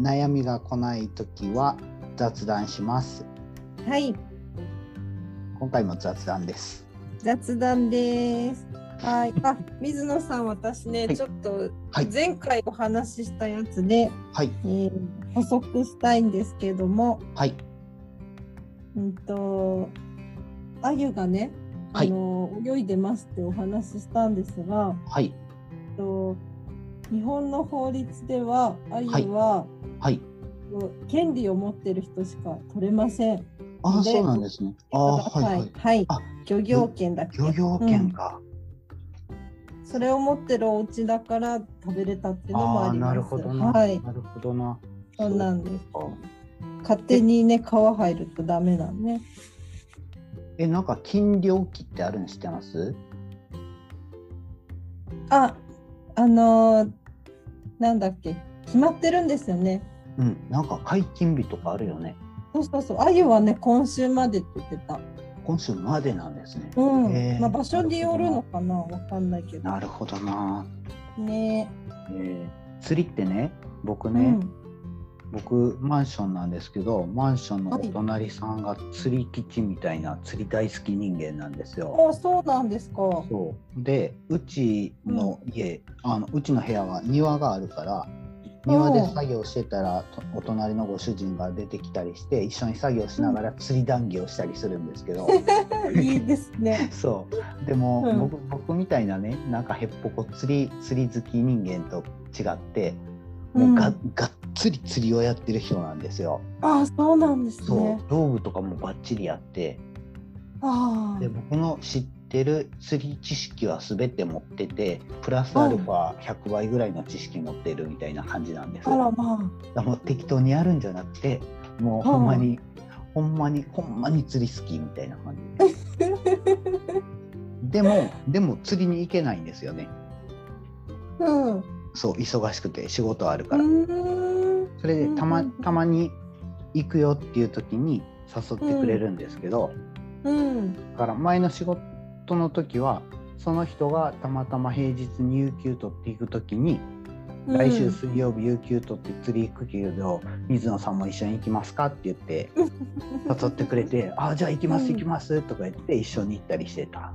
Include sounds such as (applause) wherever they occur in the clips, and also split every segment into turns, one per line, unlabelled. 悩みが来ない時は雑談します
はい、
今回も雑談です
雑談です。はい、あ、水野さん、私ね、
はい
ちょっと
はい
前回お話ししたやつで、
はい
えー補足したいんですけども、
はい
うんと。アユがね、
は
あ
い
の、泳いでますってお話ししたんですが、
はい
えっと。日本の法律では、アユは、
はい
えっと権利を持ってる人しか取れません。
ああ
で
そうなんですねああーはいはい
はい
あ
漁業権だっけ
漁業権か、
それを持ってるお家だから食べれたっていうのも
あ
あ
あ
ります。
なるほどな、
はい、
なるほどな
そうなんです。
そうか
勝手にね皮入るとダメなんね。
えなんか禁漁期ってあるの知ってます
あ、あのーなんだっけ決まってるんですよね。
うんなんか解禁日とかあるよね
そうそうそう。アユはね今週までって言ってた。
今週までなんですね、
うん。
へー
まあ場所によるのかなわかんないけど。
なるほどな、
ね。
えー釣りってね僕
う
ね、
ん。
僕マンションなんですけどマンションのお隣さんが釣り基地みたいな釣り大好き人間なんですよ。
あ、そうなんですか。は
そうでうちの家、あのうちの部屋は庭があるから
うん
庭で作業してたらとお隣のご主人が出てきたりして一緒に作業しながら釣り談義をしたりするんですけど、
いいですね。
そうでも、
うん
僕僕みたいなねなんかへっぽこ釣り釣り好き人間と違ってもうが,、
うん
がっつり釣りをやってる人なんですよ。
あ、そうなんです
そう、
ね。
道具とかもバッチリやって
あ
で僕の知ってる釣り知識は全て持っててプラスアルファ100倍ぐらいの知識持ってるみたいな感じなんです
あ。あ (laughs) らま
だからもう適当にやるんじゃなくてもうほんまに、ほんまにほんまに釣り好きみたいな感じでもでも釣りに行けないんですよね
あ。うん。
そう忙しくて仕事ある
う
から、
ーん。
それでたま
うん
たまに行くよっていう時に誘ってくれるんですけど、
うん。
だから前の仕事の時はその人がたまたま平日に有給取っていく時に、来週水曜日有給取って釣り行くけど水野さんも一緒に行きますかって言って誘ってくれて「あじゃあ行きま
う
す
ん
行きます」とか言って一緒に行ったりしてた。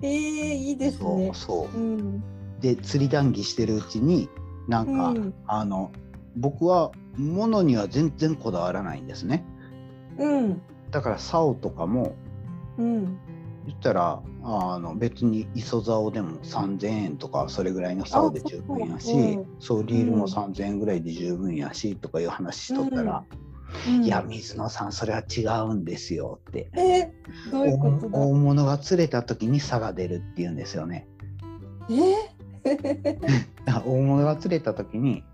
えー、いいです
そ
ね。
う。そううんで釣り談義してるうちになん
う
か、
ん。
あの僕は物には全然こだわらないんですね。
うん。
だから竿とかも
うん。
言ったらあの別に磯竿でも3,000円とかそれぐらいの竿で十分やし
あ
そう,、
そう
リール
う
も
ん
3,000円ぐらいで十分やしとかいう話しとったら「
うん
いや。水野さんそれは違うんですよ」って
えー、どういうことだ
大。物が釣れた時に差が出るっていうんですよね。 (laughs)
えー、
だから大物が釣れた時に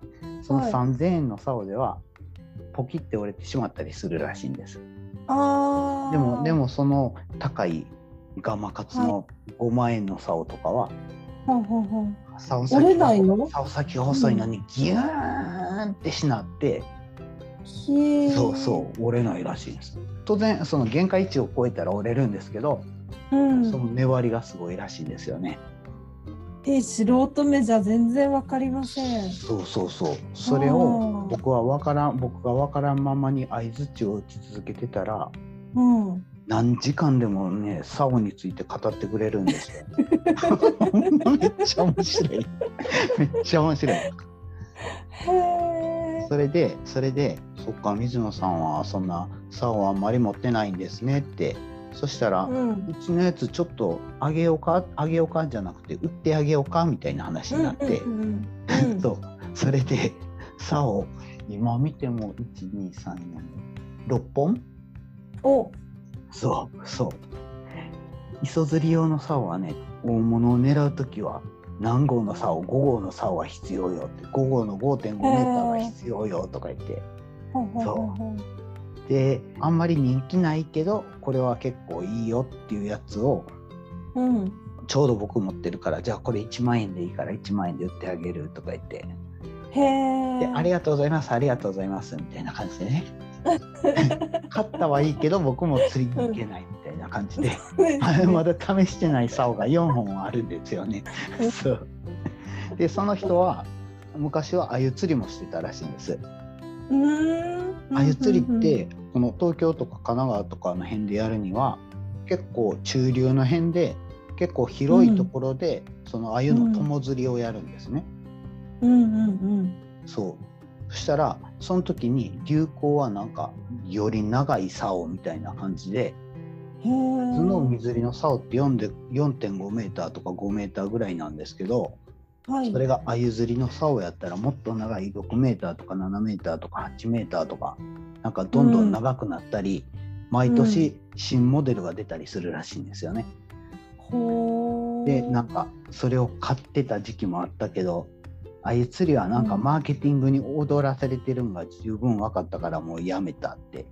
その
はい
3,000円の竿ではポキって折れてしまったりするらしいんです。
ああ。
でもで。もその高いガマカツの5万円の竿とかは、
ほんほんほん。
竿先
折れないの。
竿先が細いのにギューンってしなって、
ひえ。
そうそう折れないらしいです当然その限界値を超えたら折れるんですけど、
う。うん。
その粘りがすごいらしいんですよね
えー、素人目じゃ全然わかりません。
そうそうそうそれ
あ
を
ー
僕は分からん僕が分からんままに相づちを打ち続けてたら
うん。
何時間でもね竿について語ってくれるんですよ
(laughs)
めっちゃ面白いめっちゃ面白い
へえ。
それでそれで「そっか水野さんはそんな竿をあんまり持ってないんですね」ってそしたら、う
うん。
ちのやつちょっとあげようかあげようかじゃなくて売ってあげようかみたいな話になって、
うんうんうんうん、
そうそれで竿今見ても1236本
お
そうそう磯釣り用の竿はね大物を狙う時は何号の竿5号の竿は必要よって5号の5.5メーターは必要よとか言って。
へほうほうほうほう
であんまり人気ないけどこれは結構いいよっていうやつを
うん
ちょうど僕持ってるからじゃあこれ1万円でいいから1万円で売ってあげるとか言って
へえ
でありがとうございますありがとうございますみたいな感じでね (laughs) 買ったはいいけど僕も釣りに行けないみたいな感じで (laughs) まだ試してない竿が4本あるんですよね。そうでその人は昔は鮎釣りもしてたらしいんです。
(laughs) うーん
鮎釣りってこの東京とか神奈川とかの辺でやるには結構中流の辺で結構広いところでその鮎の友釣りをやるんですね。
うんうん
そうそしたらその時に流行はなんかより長い竿みたいな感じで
うんへえ
普通の海釣りの竿って4で4.5メーターとか5メーターぐらいなんですけど
はい
それが鮎釣りの竿やったらもっと長い6メーターとか7メーターとか8メーターとかなんかどんどん長くなったり、毎年新モデルが出たりするらしいんですよね。
ほう
でなんかそれを買ってた時期もあったけどああいう釣りはなんか
うん
マーケティングに踊らされてるんが十分分かったからもうやめたって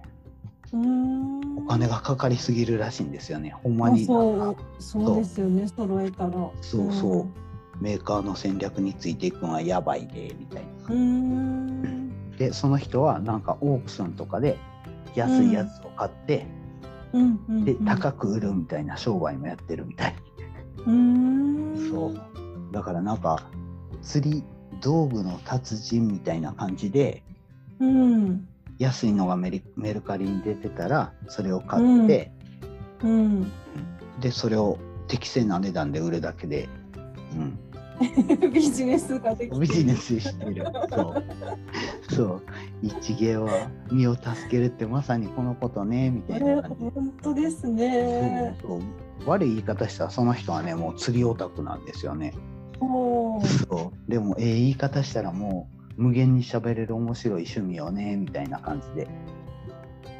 うーん
お金がかかりすぎるらしいんですよねほんま
まあ
に
そ
なん
う
か
そうですよね揃えたら
そうそうメーカーの戦略についていくのはやばいでみたいな
うーん
でその人はなんかオークションとかで安いやつを買って、
うんうんうん
で高く売るみたいな商売もやってるみたい、
うーん
そうだからなんか釣り道具の達人みたいな感じで
うん
安いのがメリメルカリに出てたらそれを買って、
うん (laughs)
でそれを適正な値段で売るだけで、う
ビジネスができ
ん、ビジネスしてる
(laughs)
そうそう一芸は身を助けるってまさにこのことねみた
え
いな感じ
本当です
そう
ね。
そう悪い言い方したらその人はねもう釣りオタクなんですよね
おー
そうでもええ言い方したらもう無限に喋れる面白い趣味よねみたいな感じで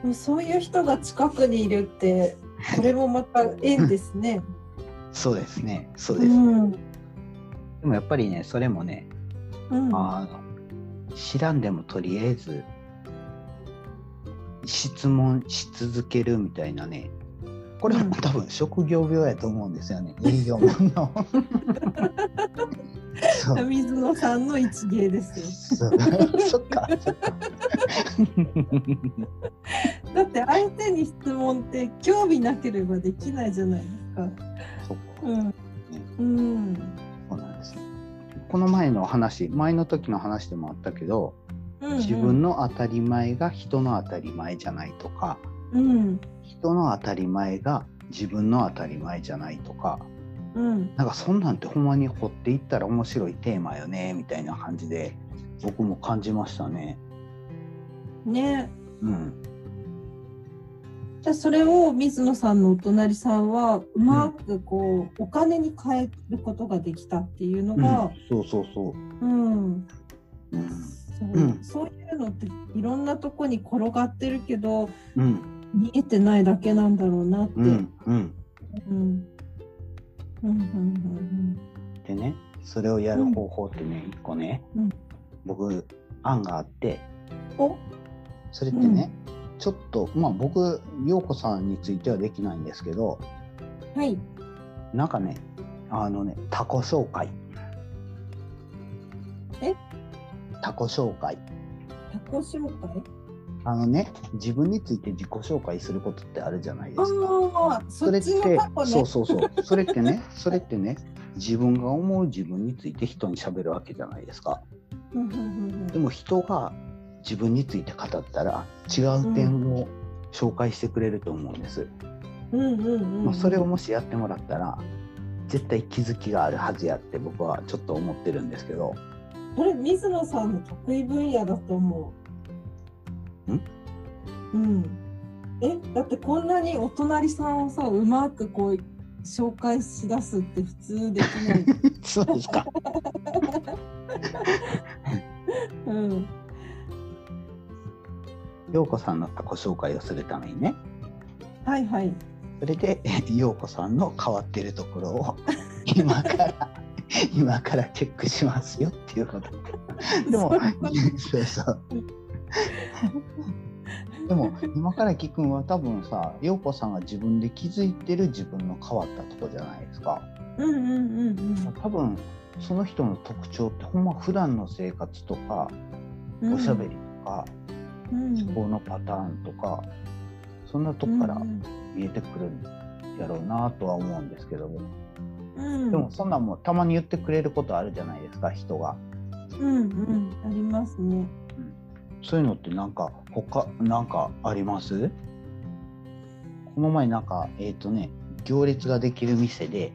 でもそういう人が近くにいるって、これもまた縁ですね。
そうですね (laughs) そう
う
です、
ん、
でもやっぱりねそれもね
うん、
あの知らんでもとりあえず質問し続けるみたいなねこれは多分職業病やと思うんですよね営業マン
(laughs)
のそう
水野さんの一芸です (laughs)
そうそっかそっか
よ。だって相手に質問って興味なければできないじゃないですか。
そっか
うん、うん、
そうなんですねこの前の話前の時の話でもあったけど
うん、
自分の当たり前が人の当たり前じゃないとか
うん、
人の当たり前が自分の当たり前じゃないとか
うん、
なんかそんなんてほんまに掘っていったら面白いテーマよねみたいな感じで僕も感じましたね。
ね。
うん、
じゃあそれを水野さんのお隣さんはうまくこう、お金に変えることができたっていうの
うん
が、
そうそうそう。
うん、
うん
そう
うん
そういうのっていろんなとこに転がってるけど
うん
見えてないだけなんだろうなって。う
うんんうん、
うんうんうん
でねそれをやる方法ってね一個ね、
うん
僕案があって
うんお
それってね、ちょっとまあ僕陽子さんについてはできないんですけど
はい
なんかねあのねタコ紹介。
え
タコ紹介。
他己紹介
あのね自分について自己紹介することってあるじゃないですか。
ああそ
それ
っ
って
ちの過去ね
そうそうそうそれってねそれってね自分が思う自分について人に喋るわけじゃないですか
うんうんうん
でも人が自分について語ったら違う点を紹介してくれると思うんです、
うんうんうんうん
まあ、それをもしやってもらったら絶対気づきがあるはずやって僕はちょっと思ってるんですけ
(laughs)
ど
これ水野さんの得意分野だと思う。
ん
うん。えだってこんなにお隣さんをさうまくこう紹介しだすって普通できない。
そうですか
うん。
陽子さんの自己紹介をするためにね
はいはい。
(laughs) それでえ陽子さんの変わってるところを今から (laughs) 今からチェックしますよっていうことでもそうそうでも今から聞くんは多分さ陽子さんが自分で気づいてる自分の変わったとこじゃないですか
うんうんうんうん
多分その人の特徴ってほんま普段の生活とか
うん
おしゃべりとか、
うん
思考のパターンとかそんなとこから見えてくるんやろうなとは思うんですけども、
うん
でもそんなんもたまに言ってくれることあるじゃないですか人が。
うんうんありますね
そういうのってなんか他なんかありますこの前なんかえっ、とね行列ができる店で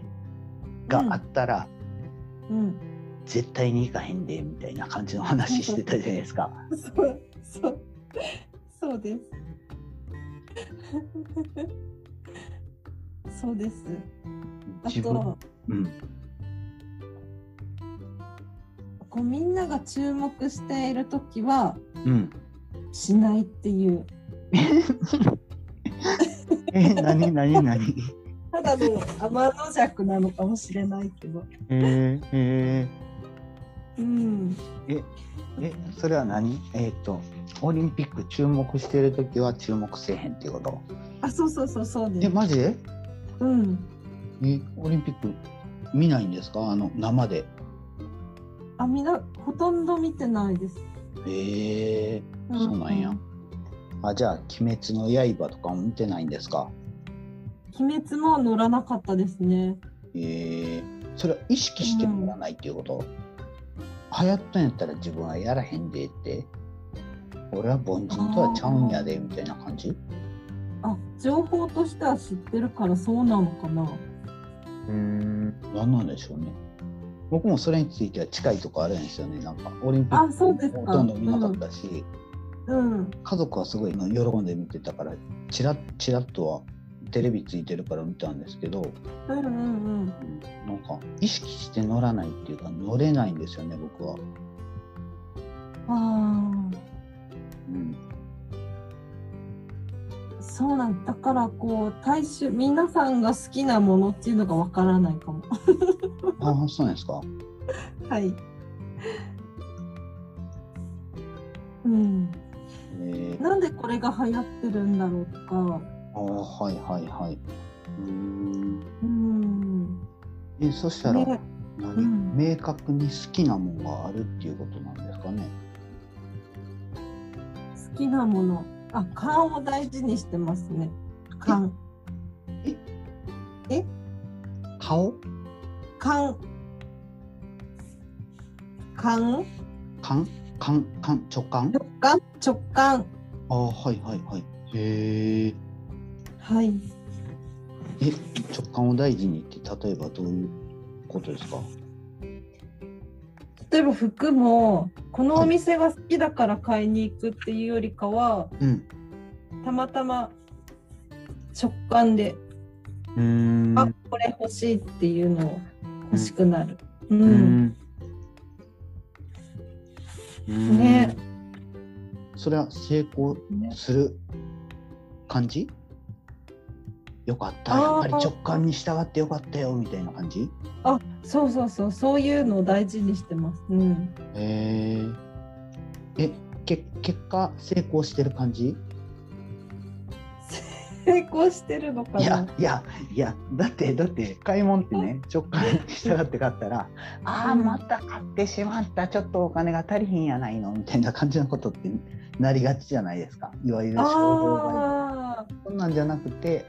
があったら
うん
絶対に行かへんでみたいな感じの話してたじゃないですか。
そうそうそうですそうですあ
自分
と
うん
こうみんなが注目している時は
うん
しないっていう
え何何何 (laughs)
ただの天の弱なのかもしれないけど
えー、えー
うん
えそれは何えっ、とオリンピック注目してる時は注目せえへんっていうこと
あそうそうそうそうで
え
す
マジえ
うん
オリンピック見ないんですかあの生で
あみんなほとんど見てないです
へえそうなんやあじゃあ「鬼滅の刃」とかも見てないんですか
鬼滅も乗らなかったですね
ええそれは意識してもらわないっていうこと、流行ったんやったら自分はやらへんでって俺は凡人とはちゃうんやでみたいな感じ
あ情報としては知ってるからそうなのかな
うん何なんでしょうね僕もそれについては近いとこあるんですよねなんかオリンピ
あそうで
ッ
す
クも
か
ほとんど見なかったし、
うん
家族はすごい喜んで見てたからチラッチラッとはテレビついてるから見たんですけど、
うんうんうん
なんか意識して乗らないっていうか乗れないんですよね僕は、
あ
うん、
あそうなんだからこう大衆皆さんが好きなものっていうのがわからないかも (laughs)
ああそうなんですか
はいうん
えー、
なんでこれが流行ってるんだろうとか
ああはいはいはいうーん
うん
えそしたら
ね
何、
うん
明確に好きなもんがあるっていうことなんですかね
好きなものあ勘を大事にしてますね勘
顔
勘勘
感感感直感
直感直感
ああはいはいはいへえ
はい
え直感を大事にって例えばどういうことですか
例えば服もこのお店が好きだから買いに行くっていうよりかは
うん
たまたま直感で、
うーん
あこれ欲しいっていうのを欲しくなる、う
うんん。うん
ね。
それは成功
ね
する感じよかった
あ
やっ
ー
ぱり直感に従ってよかったよみたいな感じ
あそうそうそうそういうのを大事にしてます、うん、
へええけ結果成功してる感じ
成功してるのか
いや
ない
やいやだってだって買い物ってね直感に従って買ったらああ
うん
また買ってしまったちょっとお金が足りひんやないのみたいな感じのことってなりがちじゃないですかいわゆる衝動買い
ああ
そんなんじゃなくて、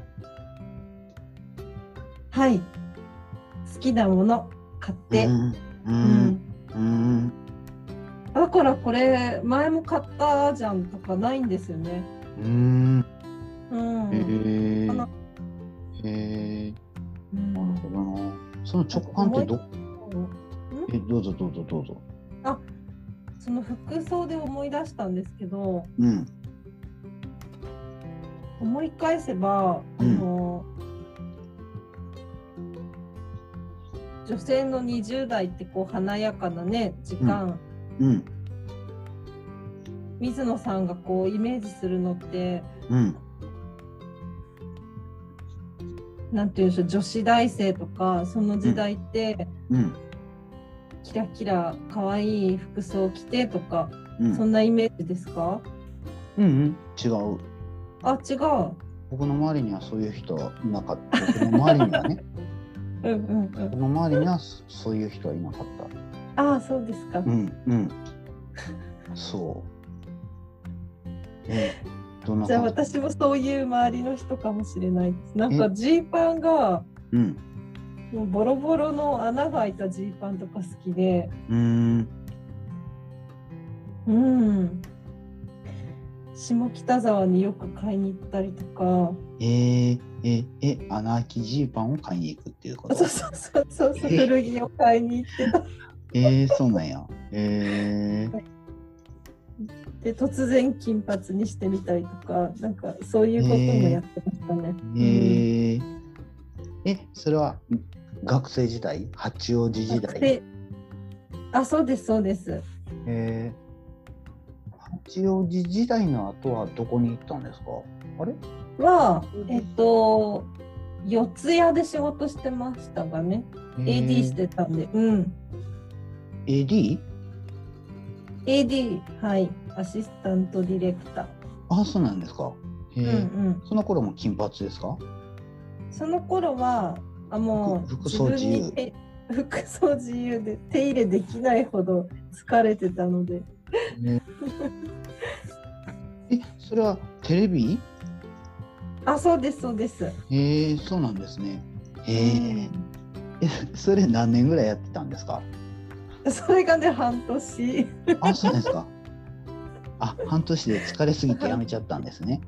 はい好きなもの買って、
うん、う、
うんん、
うん、
だからこれ前も買ったじゃんとかないんですよね。
うん、
うん。
へ
かな
え、へえ、
うん
なるほどな。その直感ってど、え、どうぞどうぞどうぞ。
その服装で思い出したんですけど
うん、
思い返せば、
うん
あの女性の20代ってこう華やかなね時間、
うん、
水野さんがこうイメージするのって
うん、
なんて言うんでしょう女子大生とかその時代って、
うん、
キラキラ可愛い服装着てとか、
うん、
そんなイメージですか
うんうん違う
あ違う
僕の周りにはそういう人はいなかった僕の周りには
(laughs)
ね
うんうんう
僕
ん
の周りにはそそういう人はいなかった
ああそうですか、
うんうん。そう。え、どんな
(laughs) じゃあ
感じ。
私もそういう周りの人かもしれないですなんかジーパンが
うん。
もうボロボロの穴が開いたジーパンとか好きで
うーん。
うん下北沢によく買いに行ったりとか
えー、え、え、穴あきジーパンを買いに行くっていうこと
そう。そうそうそうそう
え
古着を買いに行ってた
えー、そうなんや。えー、
で突然金髪にしてみたりとかなんかそういうこともやってましたね。
えー。え、それはん学生時代、八王子時代。
であそうですそうです。
えー八王子時代の後はどこに行ったんですか。あれ。
はえっと四ツ谷で仕事してましたがね、AD してたんで、うん、
えー。AD?
AD はいアシスタントディレクター、
あ、そうなんですか。えー
うんうん、
その頃も金髪ですか。
その頃はあもう
服服装自由
自分に手服装自由で手入れできないほど疲れてたので
ね、え、それはテレビ？
あそうですそうです。
へえ、そうなんですね。へえ、え、それ何年ぐらいやってたんですか？
それがね半年
あ、そうですか。 (laughs) あ、半年で疲れすぎてやめちゃったんですね。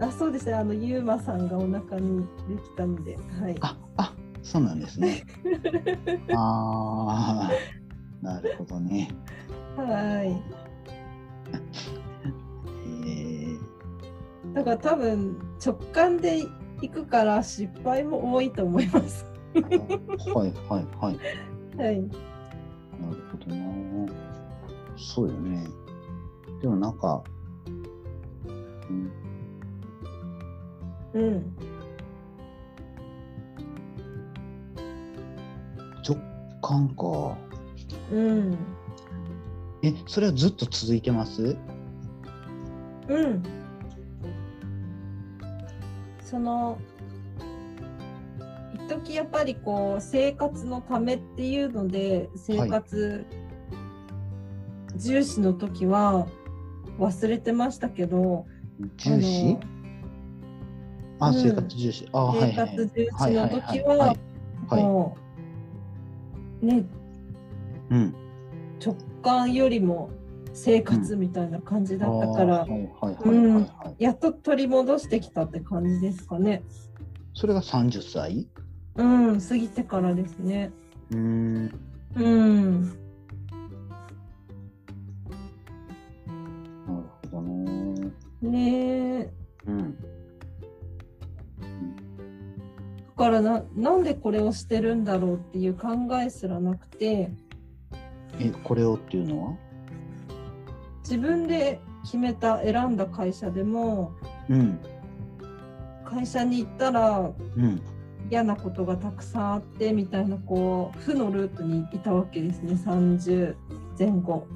あそうですねあのゆうまさんがお腹にできたのではい
あ、あ、そうなんです
(laughs)
ね。ああ、なるほどね。
は
へえ、
いだから多分直感で行くから失敗も多いと思います
はい (laughs) はいはい。
はい
なるほどな。そうよね。でもなんか、うん、
うん
直感か。
うん
え、それはずっと続いてます
うんその一時やっぱりこう生活のためっていうので生活重視の時は忘れてましたけど、
重視あ
うん
生活重視。あ、
あの
はいはい
生活重
は
視
い
の
はい
時
はいは
はい
はい。
もうね
うん。
直感よりも生活みたいな感じだったか
あ
ら
ーはいはいはいはいはい。
やっと取り戻してきたって感じですかね
それが30歳
うん過ぎてからですね
うーん。
うん
なるほどね。
ねえ
うん。
だからななんでこれをしてるんだろうっていう考えすらなくて
え、これをっていうのは
自分で決めた選んだ会社でも
うん。
会社に行ったら
うん。
嫌なことがたくさんあってみたいなこう負のループにいたわけですね30前後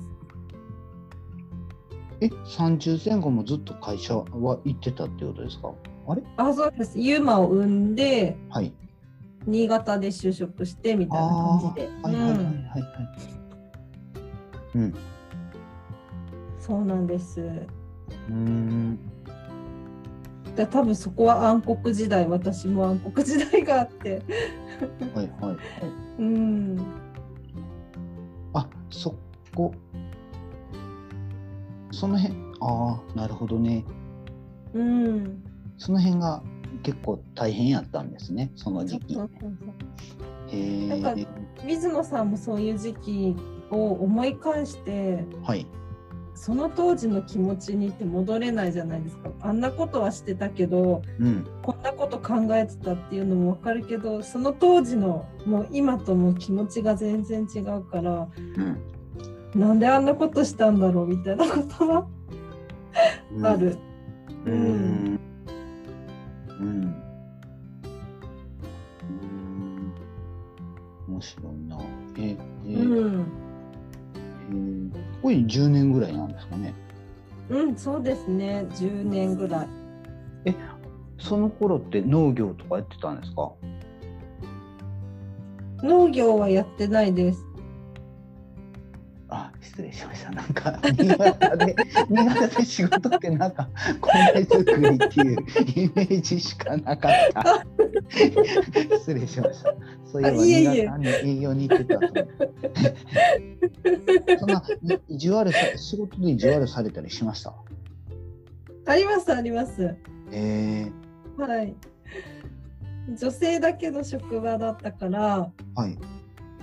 え、30前後もずっと会社は行ってたってことですかあれ
あそうですユーマを産んで
はい。
新潟で就職してみたいな感じで、
はいはいはいはい
うん、
はい。うん。
そうなんです
うーん。
で多分そこは暗黒時代私も暗黒時代があって
はいはいはい。
うん
あそこその辺ああなるほどね
うん
その辺が結構大変やったんですねその
そ
時
う
期
そ
へ
うそうそうなん
え
か水野さんもそういう時期を思い返して
はい
その当時の気持ちにって戻れないじゃないですかあんなことはしてたけど
うん
こんなこと考えてたっていうのも分かるけどその当時のもう今ともう気持ちが全然違うから
うん
なんであんなことしたんだろうみたいなことは
うん
ある。
うーんうんうーん面白いなええ
うんうん、
えーこれ10年ぐらいなんですかね。
うん、そうですね。10年ぐらい。
その頃って農業とかやってたんですか
農業はやってないです。
あ失礼しました。なんか新潟で新潟で仕事ってなんか米作りっていうイメージしかなかった。失礼しました。そういえば
あいえいえ
新潟に営業に行ってたと思って。そんなにジュアルさ仕事でジュアルされたりしました。
ありますあります。
えー、
はい。女性だけの職場だったから、
はい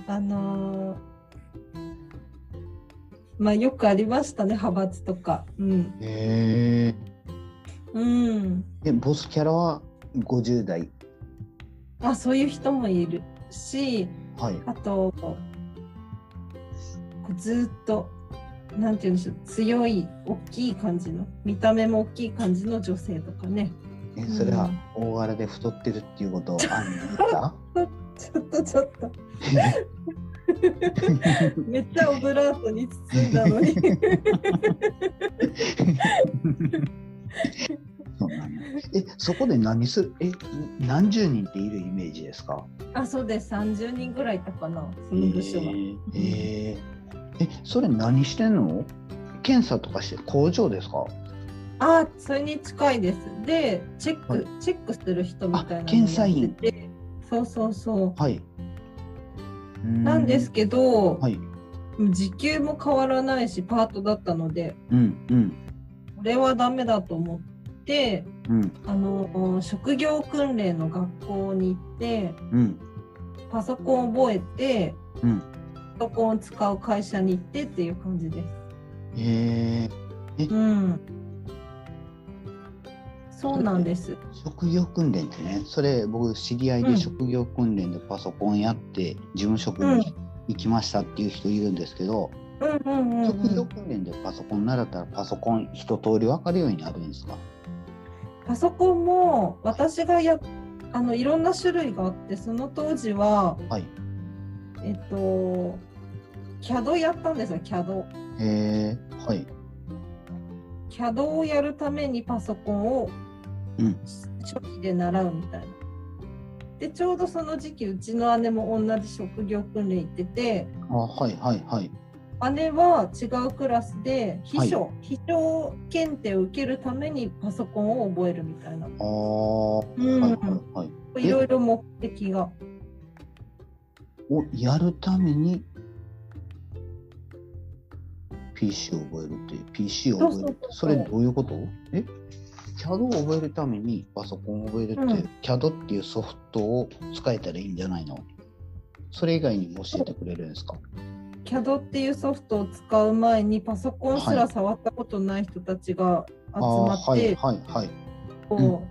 あのーまあよくありましたね派閥とか。うん。
え
うん。
ー、でボスキャラは50代。
あそういう人もいるし、
はい。
あとこうずっとなんて言うんでしょう強い大きい感じの見た目も大きい感じの女性とかね。
えそれは大柄で太ってるっていうことをあんに言った
ちょっとちょっとめっちゃオブラートに包んだのに。
そうなんだえ、そこで何する、え、何十人っているイメージですか。
あそうです30人ぐらいいたかなその部署は。
えーえそれ何してんの。検査とかして、工場ですか。
あそれに近いです。でチェック、
はい
チェックする人みたいなの
あ検査員
やっててそうそうそ
はい。うー
う。なんですけど、
はい。
時給も変わらないしパートだったので
うん、うん、
これはダメだと思って
うん、
あの職業訓練の学校に行って
うん、
パソコン覚えて
うん。
パソコンを使う会社に行ってっていう感じです。
えー
うん、そうなんです。
職業訓練ってね、それ僕知り合いうで
ん
職業訓練でパソコンやって事務職に行きましたっていう人いるんですけど、
うんうんうん、
職
う
業
ん。
訓練でパソコン習ったらパソコン一通り分かるようになるんですか
パソコンも私がやあのいろんな種類があってその当時は
はい。
えっと CAD やったんですよ CAD。
えー、はい。
CAD をやるためにパソコンを
うん
初期で習うみたいな。でちょうどその時期うちの姉も同じ職業訓練行ってて
あ、はいはいはい。
姉は違うクラスで秘書、
は
秘書検定を受けるためにパソコンを覚えるみたいな
あー、
うん
はいはいはい。え
いろいろ目的が。
をやるために PC を覚えるっていう、PC を覚えるって、そ
そうそうそうそう
れどういうことえ ?CAD を覚えるためにパソコンを覚えるって、
うん
CAD っていうソフトを使えたらいいんじゃないのそれ以外にも教えてくれるんですか
CAD っていうソフトを使う前にパソコンすら触ったことない人たちが集
あ
まって、
ーはいはいはい。
こう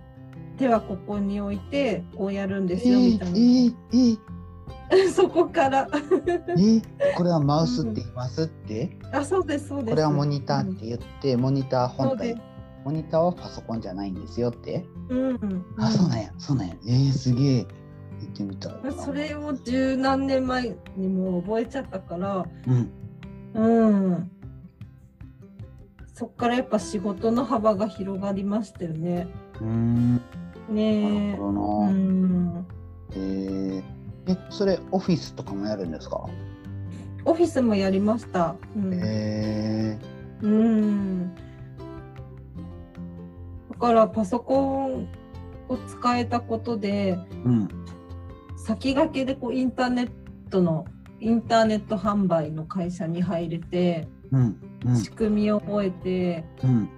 手はここに置いてこうやるん
え
ですよ
ー、
みたいな、
えー、えー、
(laughs) そこから
えこれはマウスって言いますって、
あそうですそうです
これはモニターって言って、モニター
うんそ
本
うで
体
す
モニターはパソコンじゃないんですよって、
うんうん
あそうなんやそうなんやえー、すげえ行ってみたいな
それを十何年前にもう覚えちゃったから
うん
うんそっからやっぱ仕事の幅が広がりましたよね
うーんなる
ねえ
ほど
う
な、
ん
えーえそれオフィスとかもやるんですか、
オフィスもやりました、うん
えー
うん。だからパソコンを使えたことで
うん、
先駆けでこうインターネットのインターネット販売の会社に入れて
うんうん
仕組みを覚えて、
うん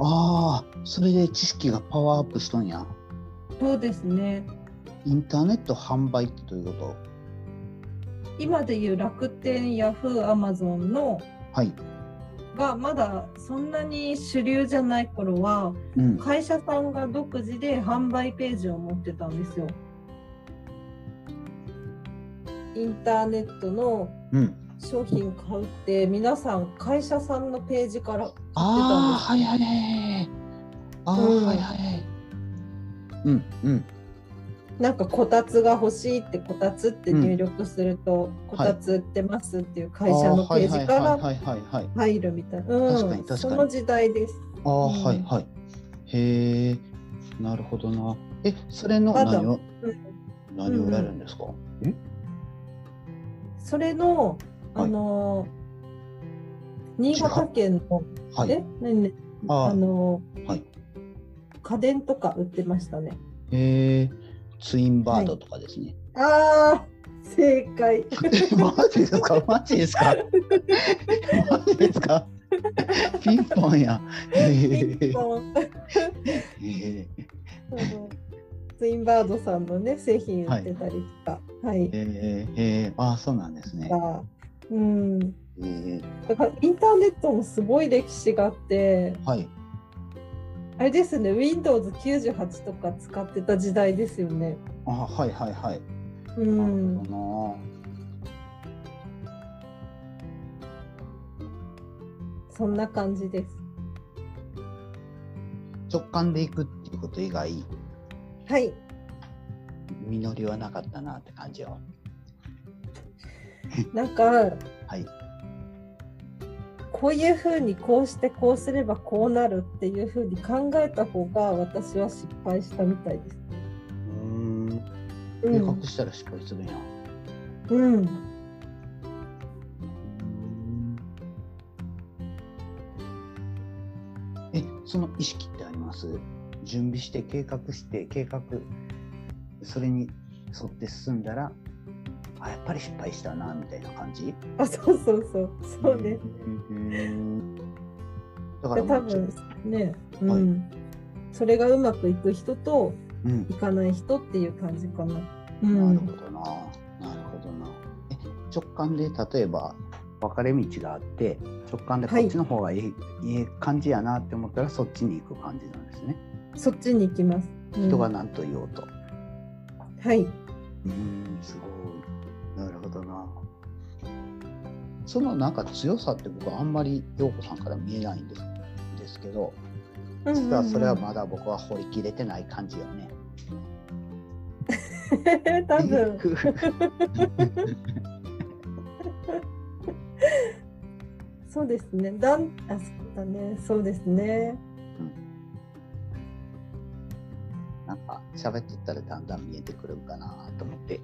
ああそれで知識がパワーアップしとんや
そうですね
インターネット販売ってどういうこと
今でいう楽天ヤフーアマゾンの
はい
がまだそんなに主流じゃない頃は
うん
会社さんが独自で販売ページを持ってたんですよ。インターネットの
うん
商品買うって皆さん会社さんのページから買ってたん
あ
です
あはいはいはいああ、
うん
はいはいはいうんうん
なんかこたつが欲しいってこたつって入力すると、こたつ売ってますっていう会社のページか
は
ら
いはいはいはいはいはい
入るみたいな、うん、
確かに確かに
その時代です
ああ、
うん
はいはいへえなるほどなえそれの
ただ
何を
うん
何を売られるんですか、え
それのあのー、新潟県の
はい
え何ね
あ
あのー
はい
家電とか売ってましたね
へえツインバードとかです
(laughs)
ね、
あー正
(laughs)
解
マジですかマジですかマジですかピンポンやへ
ピ
え
ンポン
へ
あのツインバードさんのね製品売ってたりとかはい、
えへえああそうなんですね
がうん
へえ
だからインターネットもすごい歴史があって
はい
あれですね Windows98 とか使ってた時代ですよね
あはいはいはい、
う
うんなるほ
そんな感じです
どな直感でいくっていうこと以外
はい
実りはなかったなって感じよ
なんか
はい
こういうふうにこうしてこうすればこうなるっていうふうに考えた方が私は失敗したみたいです。
うん
う
計
ん
画、したら失敗するんやん
うん、
えその意識ってあります準備して計画して計画それに沿って進んだらあやっぱり失敗したなみたいな感じ
あそうそうそうそうです。
うんだか
で
ら
多
もうちょ
分ね、うんそれがうまくいく人と
うん
いかない人っていう感じかな。う、
なんるほどな。なるほどな。え直感で例えば分かれ道があって直感でこ
はい
っちの方がいい,、い、い感じやなって思ったらそっちに行く感じなんですね。
そっちに行きます。うん
人が何と言おうと。
はい、
うーんすごい。なるほどな。そのなんか強さって僕はあんまり陽子さんから見えないんですですけど実はそれはまだ僕は掘り切れてない感じよね。
だ (laughs) 多分そうですね。だんあそうだね。そうですね。
なんか喋っとったらだんだん見えてくるんかなと思って。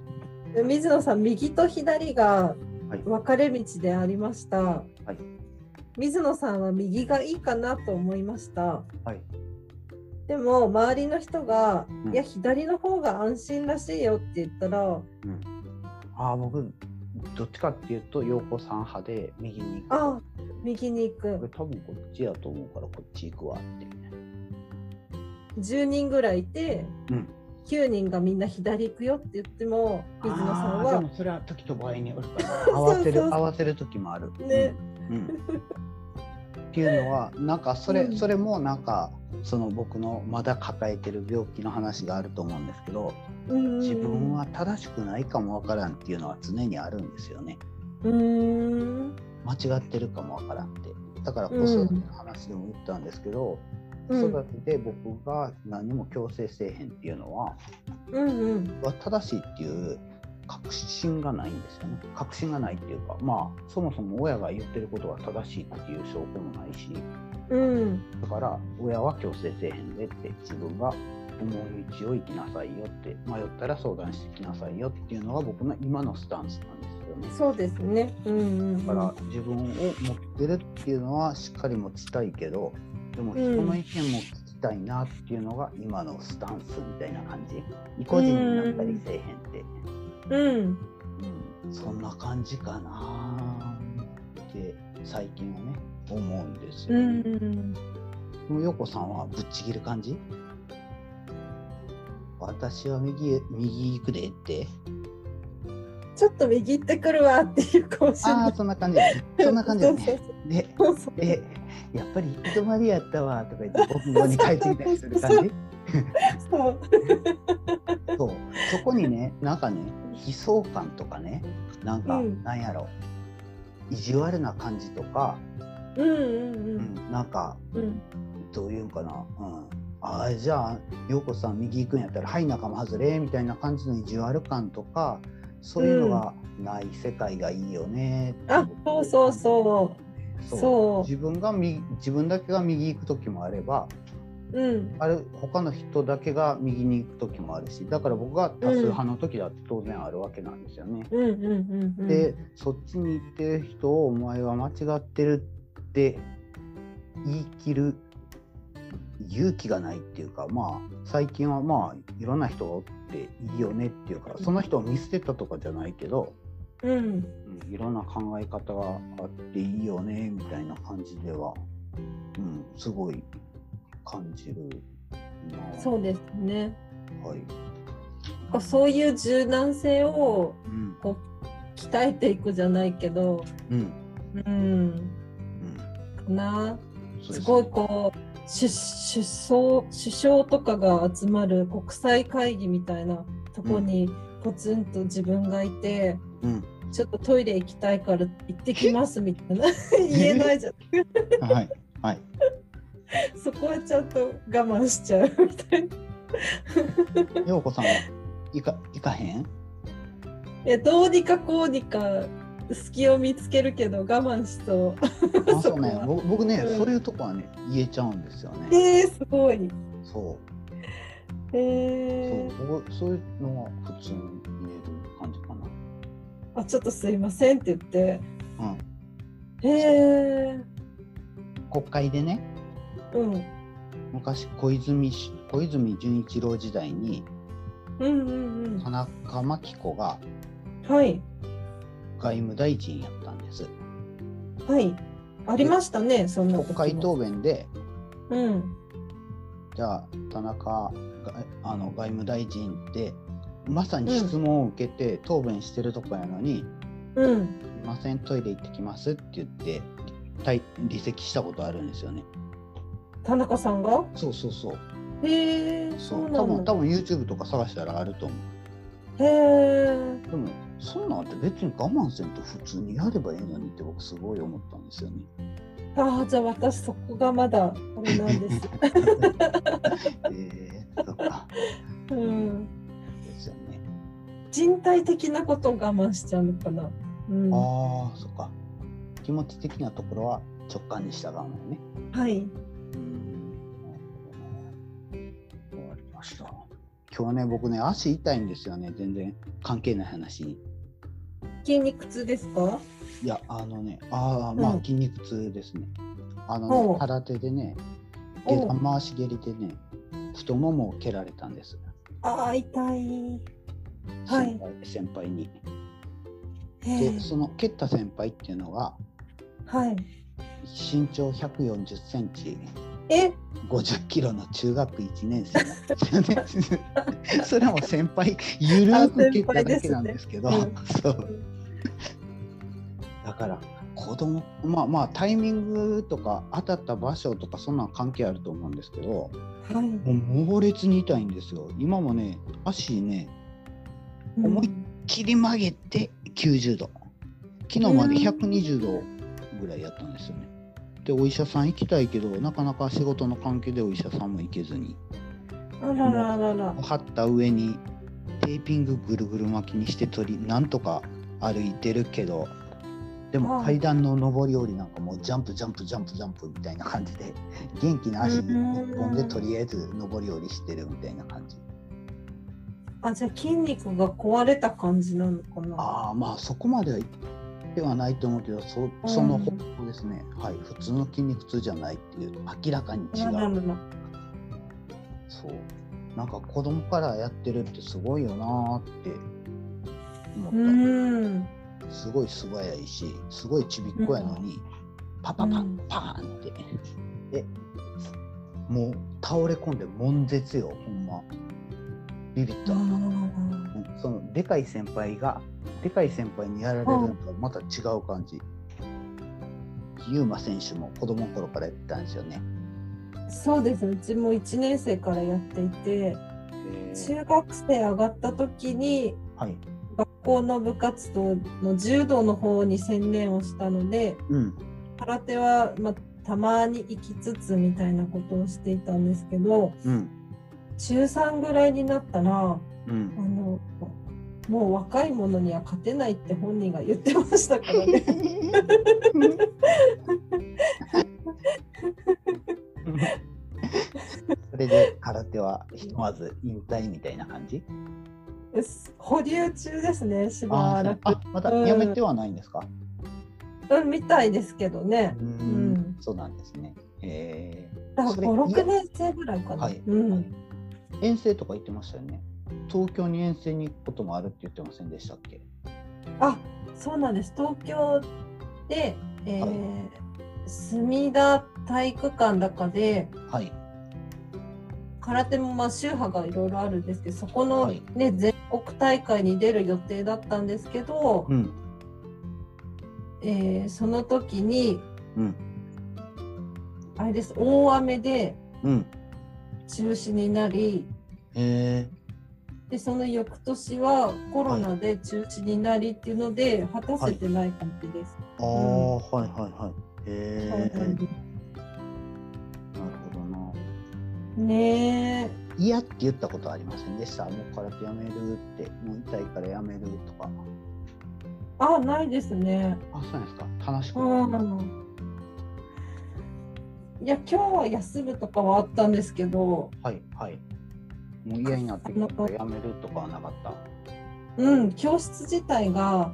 で水野さん右と左が
はい
分かれ道でありました、
はい
水野さんは右がいいかなと思いました
はい。
でも周りの人が、
うん
いや左の方が安心らしいよって言ったら
ああ僕どっちかっていうと陽子さん派で右に行く
ああ右に行
これ
く
多分こっちやと思うからこっち行くわって
10人ぐらいいて、
うん
9人がみんな左行くよって言っても水野さん
あー
は
でもそれは時と場合によるから合わせる
(laughs) そうそう
合わせる時もある
ね、
うんうんっていうのはなんかそれ、
うん
それもなんかその僕のまだ抱えてる病気の話があると思うんですけど
うん
自分は正しくないかもわからんっていうのは常にあるんですよね
うーん
間違ってるかもわからんってだから子育ての話でも言ったんですけど、
うん
子育てで僕が何も強制せえへんっていうのは
うんうん
は正しいっていう確信がないんですよね確信がないっていうかまあそもそも親が言ってることが正しいっていう証拠もないし
うん
だから親は強制せえへんでって自分が思う道を行きなさいよって迷ったら相談してきなさいよっていうのが僕の今のスタンスなんですよね。
そうですねうんうんうん
だから自分を持ってるっていうのはしっかり持ちたいけどでも
うん
人の意見も聞きたいなっていうのが今のスタンスみたいな感じ意固地になったりせえへんって、
うん
うん、そんな感じかなって最近はね思うんですよ、
うんうん
でも横さんはぶっちぎる感じ私は右へ右行くでって
ちょっと右行ってくるわっていうかもしれ
あ
な
あ
い。
そんな感じですねそんな感じですねで
そうそう
えやっぱり行き止まりやったわとか言って僕後に帰ってきたりする
(laughs)
感じ
そう
そうそこにねなんかね悲壮感とかねなんか、
うん
なんやろ意地悪な感じとか、
うんうん
うん、なんか
うんうん
どういうんかな、うん、ああじゃあ陽子さん右行くんやったら「はい仲間外れ」みたいな感じの意地悪感とかそういうのがない世界がいいよね、
あそうそうそう
そう
そう
自分がみ自分だけが右行く時もあれば
うん
あれ他の人だけが右に行く時もあるしだから僕が多数派の時だって当然あるわけなんですよね。
うんうんうんうん
でそっちに行ってる人を「お前は間違ってる」って言い切る勇気がないっていうかまあ最近はまあいろんな人がおっていいよねっていうかその人を見捨てたとかじゃないけど、
うん
うんいろんな考え方があっていいよねみたいな感じでは、うん、すごい感じるな。
そうですね
はい
なんかそういう柔軟性を
うん
こう鍛えていくじゃないけど
うん
うん
うん
かな
そうです
ごいこう首首相首相とかが集まる国際会議みたいなとこにポツンと自分がいて、
うん
ちょっとトイレ行きたいから行ってきますみたい
(laughs)
な言えないじゃん
はいはい
そこはちゃんと我慢しちゃうみたいな。
陽子さんはいかいかへん
いやどうにかこうにか隙を見つけるけど我慢し (laughs) そ
(laughs) あそうね僕僕ね、
うん
そういうとこはね言えちゃうんですよね
う。えー、すごい。
そう
え
そう
ー、
僕そういうのは普通に言える感じかな
あちょっとすいませんって言って。
うん
えー、
国会でね
うん
昔小泉し小泉純一郎時代に
うんうん
田中真紀子が
うん。はい。
外務大臣やったんです
はい。ありましたね、そんな
国
時も
会。答弁で
うん。
じゃあ田中があの外務大臣ってまさに質問を受けて答弁してるとこやのに、
うん。
すいませんトイレ行ってきますって言って退離席したことあるんですよね
田中さんが。
そうそうそう
へえ。
そ
そうう
多
な
分
んだ。
多分 YouTube とか探したらあると思う
へえ。
でもそんなんって別に我慢せんと普通にやればいいのにって僕すごい思ったんですよね
ああ、じゃあ、私、そこがまだ。あれなん
(laughs)
です。
えー、そっか
うん。
ですよね
人体的なことを我慢しちゃうのかな。うん。は
あーそっか気持ち的なところは直感に従うのね
い。
わかりました今日ね僕ね足痛いんですよね全然関係ない話に
筋肉痛ですか。
いやあのねああまあ
うん
筋肉痛ですね、あのね
おう
空手でね
お
下
う
駄回し蹴りでね太ももを蹴られたんです、
ああ、痛い。は
先輩
い
先輩に
へえ
で。その蹴った先輩っていうのが
はい。
身長1 4 0ンチ
え。
5 0キロの中学1年生なんですよ
(laughs)
ねそれはもう先輩ゆるーく蹴っただけなんですけど
あ先輩
そうだから子供まあまあタイミングとか当たった場所とかそんなん関係あると思うんですけど
はい。
もう猛烈に痛いんですよ今もね足ね思い切り曲げて90度昨日まで120度ぐらいやったんですよねでお医者さん行きたいけどなかなか仕事の関係でお医者さんも行けずに
うんあらららら。
貼った上にテーピングぐるぐる巻きにして取りなんとか歩いてるけどでも
はい
階段の上り下りなんかもうジャンプジャンプジャンプジャンプみたいな感じで元気な足一本でとりあえず上り下りしてるみたいな感じ
あ、じゃあ、筋肉が壊れた感じなのかな。
ああまあそこまではではないと思うけどそその方向ですね、はい普通の筋肉痛じゃないっていう明らかに違
あらら
う
らら。
そうなんか子供からやってるってすごいよなーって思った、
うーん。
すごい素早いしすごいちびっこやのに、パパパンパーンって、でもう倒れ込んで悶絶よほんまビビった、
あ
そのでかい先輩がでかい先輩にやられるのとはまた違う感じ、ユーマ選手も子供の頃からやってたんですよね、
あそうですうちも1年生からやっていて中学生上がった時に
はい
学校の部活動の柔道の方に専念をしたので
うん
空手は、まあ、たまに行きつつみたいなことをしていたんですけど
うん
中3ぐらいになったら
う
あ
ん
のもう若い者には勝てないって本人が言ってましたからね
それで空手はひとまず引退みたいな感じ
保留中ですねし
あ
ば
ーそ
ら
うあ
く
まだやめてはないんですか
うんみたいですけどね
うん
ん
そうなんですねえ
だから
それ
56年生ぐらいか
ー
な、
はい、
うん
はい遠征とか行ってましたよね東京に遠征に行くこともあるって言ってませんでしたっけ
あそうなんです東京で、えー
は
墨田体育館だかで
はい
空手もまあ宗派がいろいろあるんですけどそこの、
は
ね
い
全国大会に出る予定だったんですけど、
うん
えーその時に
うん
あれです大雨で
うん
中止になり
へえ
でその翌年はコロナで中止になりっていうので、果たせてない感じです。
ああ、
うん
はいはいはいへ
そう
え
なんです
なるほどな
ねえ
嫌って言ったことはありませんでしたもう空手やめるってもう痛いからやめるとか
あないですね。
あそうなんですか楽しく
うん。いや今日は休むとかはあったんですけど、
はいはいもう嫌になってきたからやめるとかはなか
(laughs)
った
うん、教室自体が、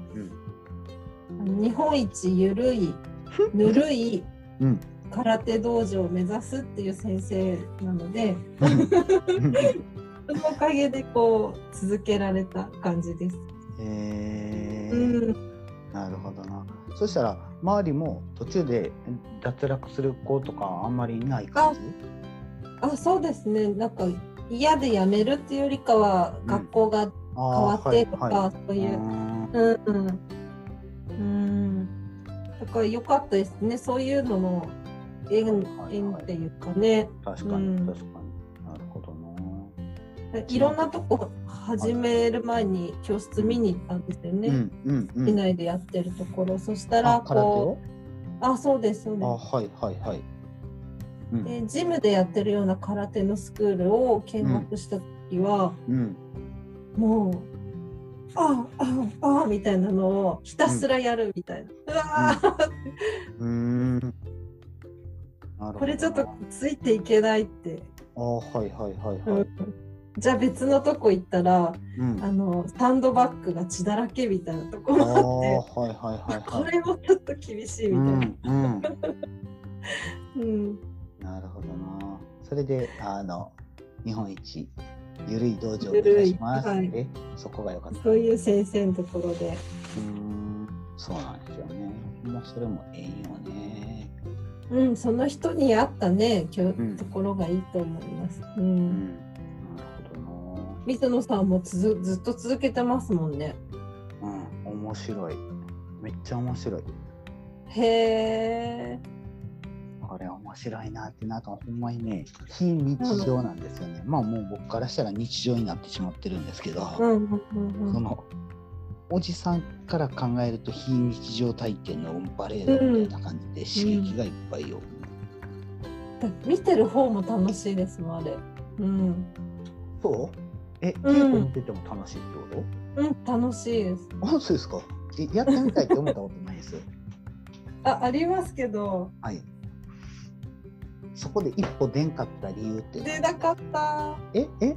日本一ゆるい、ぬるい
うん
空手道場を目指すっていう先生なので、そのおかげでこう続けられた感じです。
へえ
うん、
なるほどなそしたら周りも途中で脱落する子とかあんまりいない感じ
あそうですねなんか嫌でやめるっていうよりかは
うん
学校が
変
変わってとか、そういううんうんうん。だから良かったですね。そういうのの縁
はい
縁っていうかね。
確かに
うん
確かになるほどない
ろんなとこ始める前に教室見に行ったんですよ
う
ね。
んうんう
市
ん
内でやってるところ。そしたら
あ空手
こ
を
うあそうですそう
あ
で
はいはいはいうん
す。でジムでやってるような空手のスクールを見学した時は、
うん
もう。ああああみたいなのをひたすらやるみたいな、うわー
うーんなるほど
これちょっとついていけないって
あはいはいはいはい。
じゃあ別のとこ行ったら
うん。あ
あのサンドバッグが血だらけみたいなとこ
ー
ろ
はい
が
はいは
あってこ
いはい。
れもちょっと厳しいみ
う
たいな。
んうん。
うん
なるほどな。それであの日本一ゆるい道場を目
ゆる
指
い
します。
はい
えそこが良かった。
そういう先生のところで、
うーん。そうなんですよね。もうそれもええよね。
うん、その人に合ったね、きょ
ん
ところがいいと思います。う、
うんん。なるほどな。
水野さんもつづずっと続けてますもんね。
うん。面白い。めっちゃ面白い。
へえ、
これ面白いなってなんかほんまにね非日常なんですよね、まあもう僕からしたら日常になってしまってるんですけど、
うんうんうんう
そ
ん、
のおじさんから考えると非日常体験のバレエだみたいな感じで刺激がいっぱいよ、
見てる方も楽しいですもんあれ。うん、
そうえ
うん
稽古見てても楽しいってこ
うん、楽しいです。
と、あそうですかえやってみたいって思ったことないです
あ、ありますけど、
(laughs) はいそこで一歩出んかった理由って
出なかった。
ええ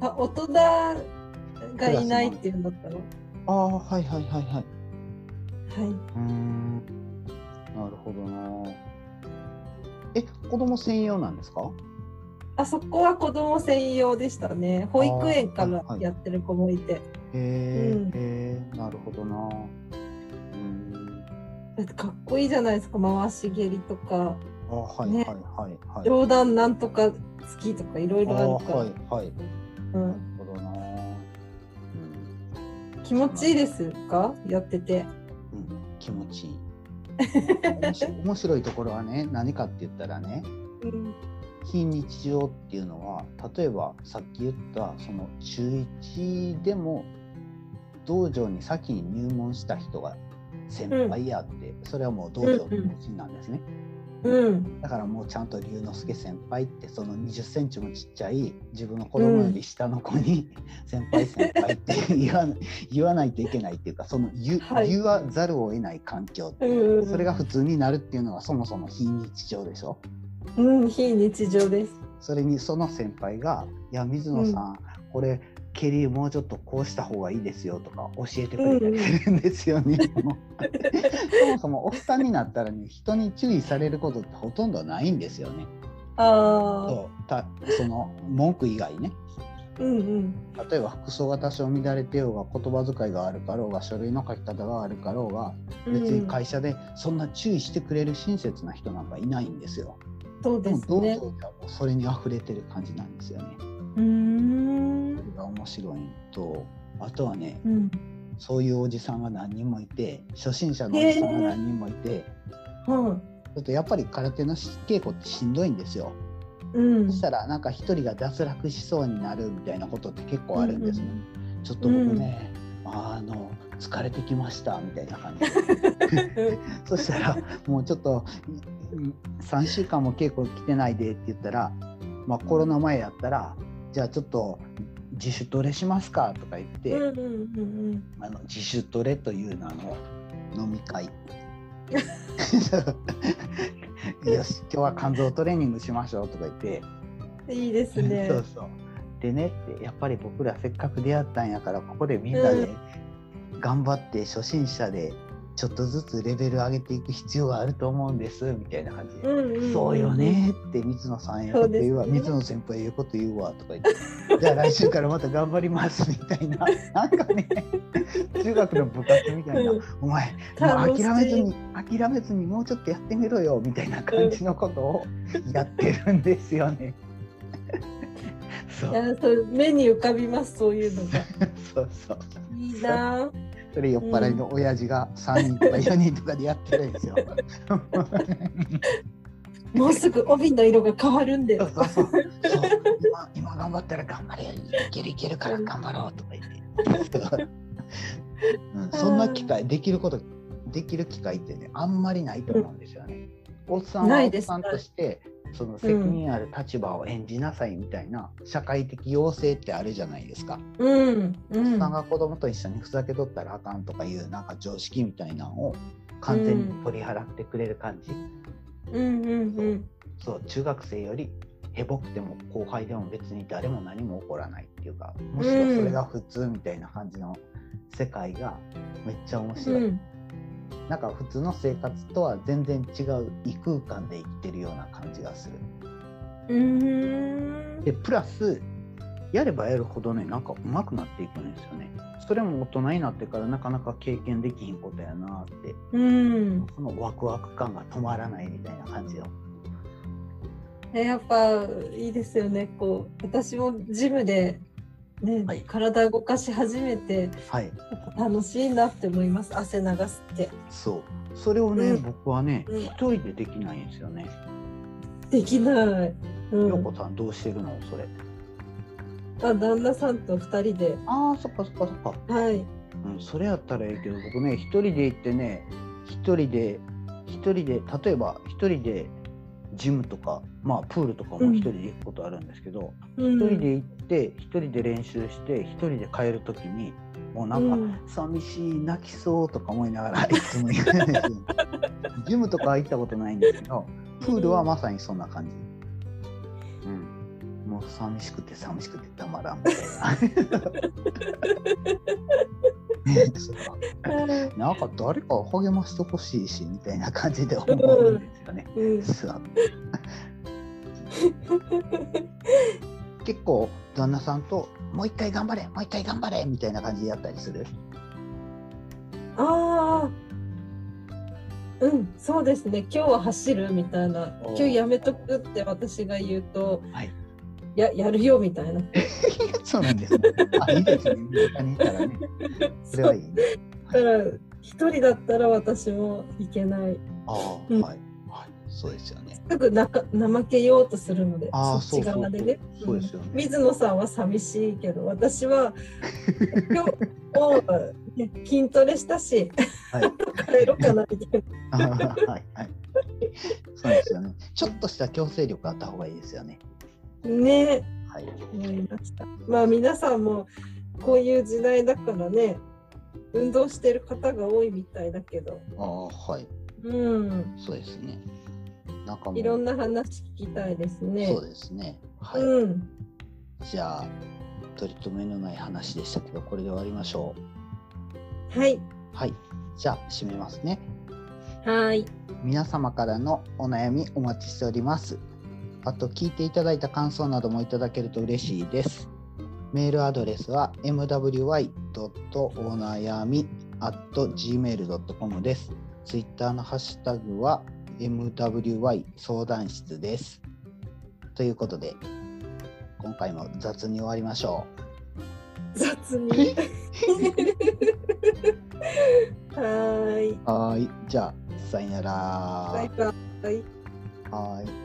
あ、大人がいないっていうんだったの。は
ああはいはいはいはい
いう
ーんなるほどな。え、子供専用なんですか？。
あそこは子供専用でしたね。保育園から
あーはい
やってる子もいて。
へえ、
うん
へえ、なるほどな。うーん。
だってかっこいいじゃないですか。回し蹴りとか、
あ、はい、
ね
はいはいはい。
冗談なんとか好きとかいろい
あ、
ろあるから、
はいはい。
う
なる
ん。
ほどな。
気持ちいいですかやってて。
うん、うん、気持
(laughs)
ちいい。面白い面白いところはね、何かって言ったらね、
うん。
非日常っていうのは例えばさっき言ったその中1でも道場に先に入門した人が先輩やって、それはもう同僚のうなんですね、
うん
だからもうちゃんと龍之介先輩ってその2 0センチもちっちゃい自分の子供より下の子に先輩先輩って
(laughs)
言わない言わないといけないっていうかその言,、
はい
言わざるを得ない環境って
うんうん
それが普通になるっていうのはそもそも非日常でしょ
うん非日常です
それにその先輩が「いや水野さん、これケリーもうちょっとこうした方がいいですよ」とか教えてくれたりするんですよね。もうそもそもおっさんになったらね人に注意されることってほとんどないんですよね。
ああ
そうたその文句以外ね
うんうん
例えば服装が多少乱れてようが言葉遣いがあるかろうが書類の書き方があるかろうが
うん
別に会社でそんな注意してくれる親切な人なんかいないんですよ。
そう
で
で
も
す
同
ね
僚ではもうそれに溢れてる感じなんですよね。
うーん
が面白いのとあとはね
うん
そういうおじさんが何人もいて初心者のおじさんが何人もいて、
は
ちょっとやっぱり空手の稽古ってしんどいんですよ、
いうん
そしたらなんか一人が脱落しそうになるみたいなことって結構あるんですね、
うん
ちょっと僕ね、あの疲れてきましたみたいな感じで
(laughs)
そしたらもうちょっとうん3週間も稽古来てないでって言ったら、まあ、コロナ前やったらじゃあちょっと自主トレしますかとか言って、
うんうんうん
あの自主トレという名の飲み
(laughs)
会。よし今日は肝臓トレーニングしましょうとか言って、
うんいいですね
そうそうでねってやっぱり僕らせっかく出会ったんやからここでみんなで頑張って初心者でちょっとずつレベル上げていく必要があると思うんですみたいな感じで。
うんうんん
そうよねって水野さん言うこと言うわ
そうですね
水野先輩言うこと言うわとか言ってじゃあ来週からまた頑張りますみたい
(laughs)
ななんかね中学の部活みたいな、
うん
お前もう
楽しい
諦めずに諦めずにもうちょっとやってみろよみたいな感じのことをやってるんですよね。そ
いうやそれ目に浮かびますそういうのが
そうそう
いいなぁ
それ酔っ払いの親父が3人とか4人とかでやってるんですよ。
もうすぐ帯の色が変わるんだ
そう
よ
(laughs) そうそうそう今今頑張ったら頑張れよいけるいけるから頑張ろうとか言って、うん、そんな機会できることできる機会ってねあんまりないと思うんですよね。おっさん
な
はお
い
っ
です
さんとしてその責任ある立場を演じなさいみたいな社会的要請ってあるじゃないですか。
うんう
おっ
ん
さんが子供と一緒にふざけとったらあかんとかいうなんか常識みたいなのを完全に取り払ってくれる感じ。
うんうんうん
そう中学生よりへぼくても後輩でも別に誰も何も起こらないっていうかむしろそれが普通みたいな感じの世界がめっちゃ面
う
白い、
ん
なんか普通の生活とは全然違う異空間で生きてるような感じがする
うーん
でプラスやればやるほどねなんか上手くなっていくんですよねそれも大人になってからなかなか経験できひんことやなって
うん
そのワクワク感が止まらないみたいな感じよ
えやっぱいいですよねこう私もジムでね、
はい
体動かし始めて
はい
やっぱ楽しいなって思います汗流すって
そうそれをね、
うん
僕はね
うん
一人でできないんですよね。
できない、う
陽
ん
子、さんどうしてるのそれ。
あ旦那さんと二人で
ああそっかそっかそっか。
はい
うんそれやったらええけど僕ね一人で行ってね一人で一人で例えば一人でジムとかまあプールとかも一人で行くことあるんですけど
うん
一、人で行って一人で練習して一人で帰る時にもうなんか、
うん
寂しい泣きそうとか思いながらい (laughs) つも言うんですよジムとかは行ったことないんですけどプールはまさにそんな感じうんもう寂しくて寂しくてたまらんみたいな (laughs) ねそうなんか誰か励ましてほしいしみたいな感じで思うんですよね、
うん
そう結構旦那さんともう一回頑張れもう一回頑張れみたいな感じでやったりする
ああうんそうですね今日は走るみたいな
おー
今日やめとくって私が言うと、
はい
ややるよみたいな
そうなんです、ね。あ、いいですね。身近にいたらね。それはいいね。
だから一人だったら私も行けない
ああ、
うん
はい。はい。そうですよね。
すぐなか怠けようとするので、
ああ、そ
そっ
う
ち
そうそ
側
う
でね。。
そうですよね。
水野さんは寂しいけど、私
(laughs)
は今日もうね筋トレしたし、
はい。
帰ろうかなみたい
はいはいはい。そうですよね。ちょっとした強制力あった方がいいですよね。
な。ね、
はい。
思いました。まあ皆さんもこういう時代だからね、運動してる方が多いみたいだけど、
ああ、はい。
うん、
そうですね。なんかもう
いろんな話聞きたいですね。
そうですね。はい。
うん、
じゃあ、取り留めのない話でしたけど、これで終わりましょ
はい、
う。はい。じゃあ、締めますね。
はい、
皆様からのお悩みお待ちしております。あと聞いていただいた感想などもいただけると嬉しいです。メールアドレスは mwy.onayami.gmail.com です。ツイッターのハッシュタグは mwy 相談室です。ということで、今回も雑に終わりましょ (laughs)
雑に。 (laughs) はーい、
う。はーい。じゃあ、さよなら。
バイバイ。
はーい。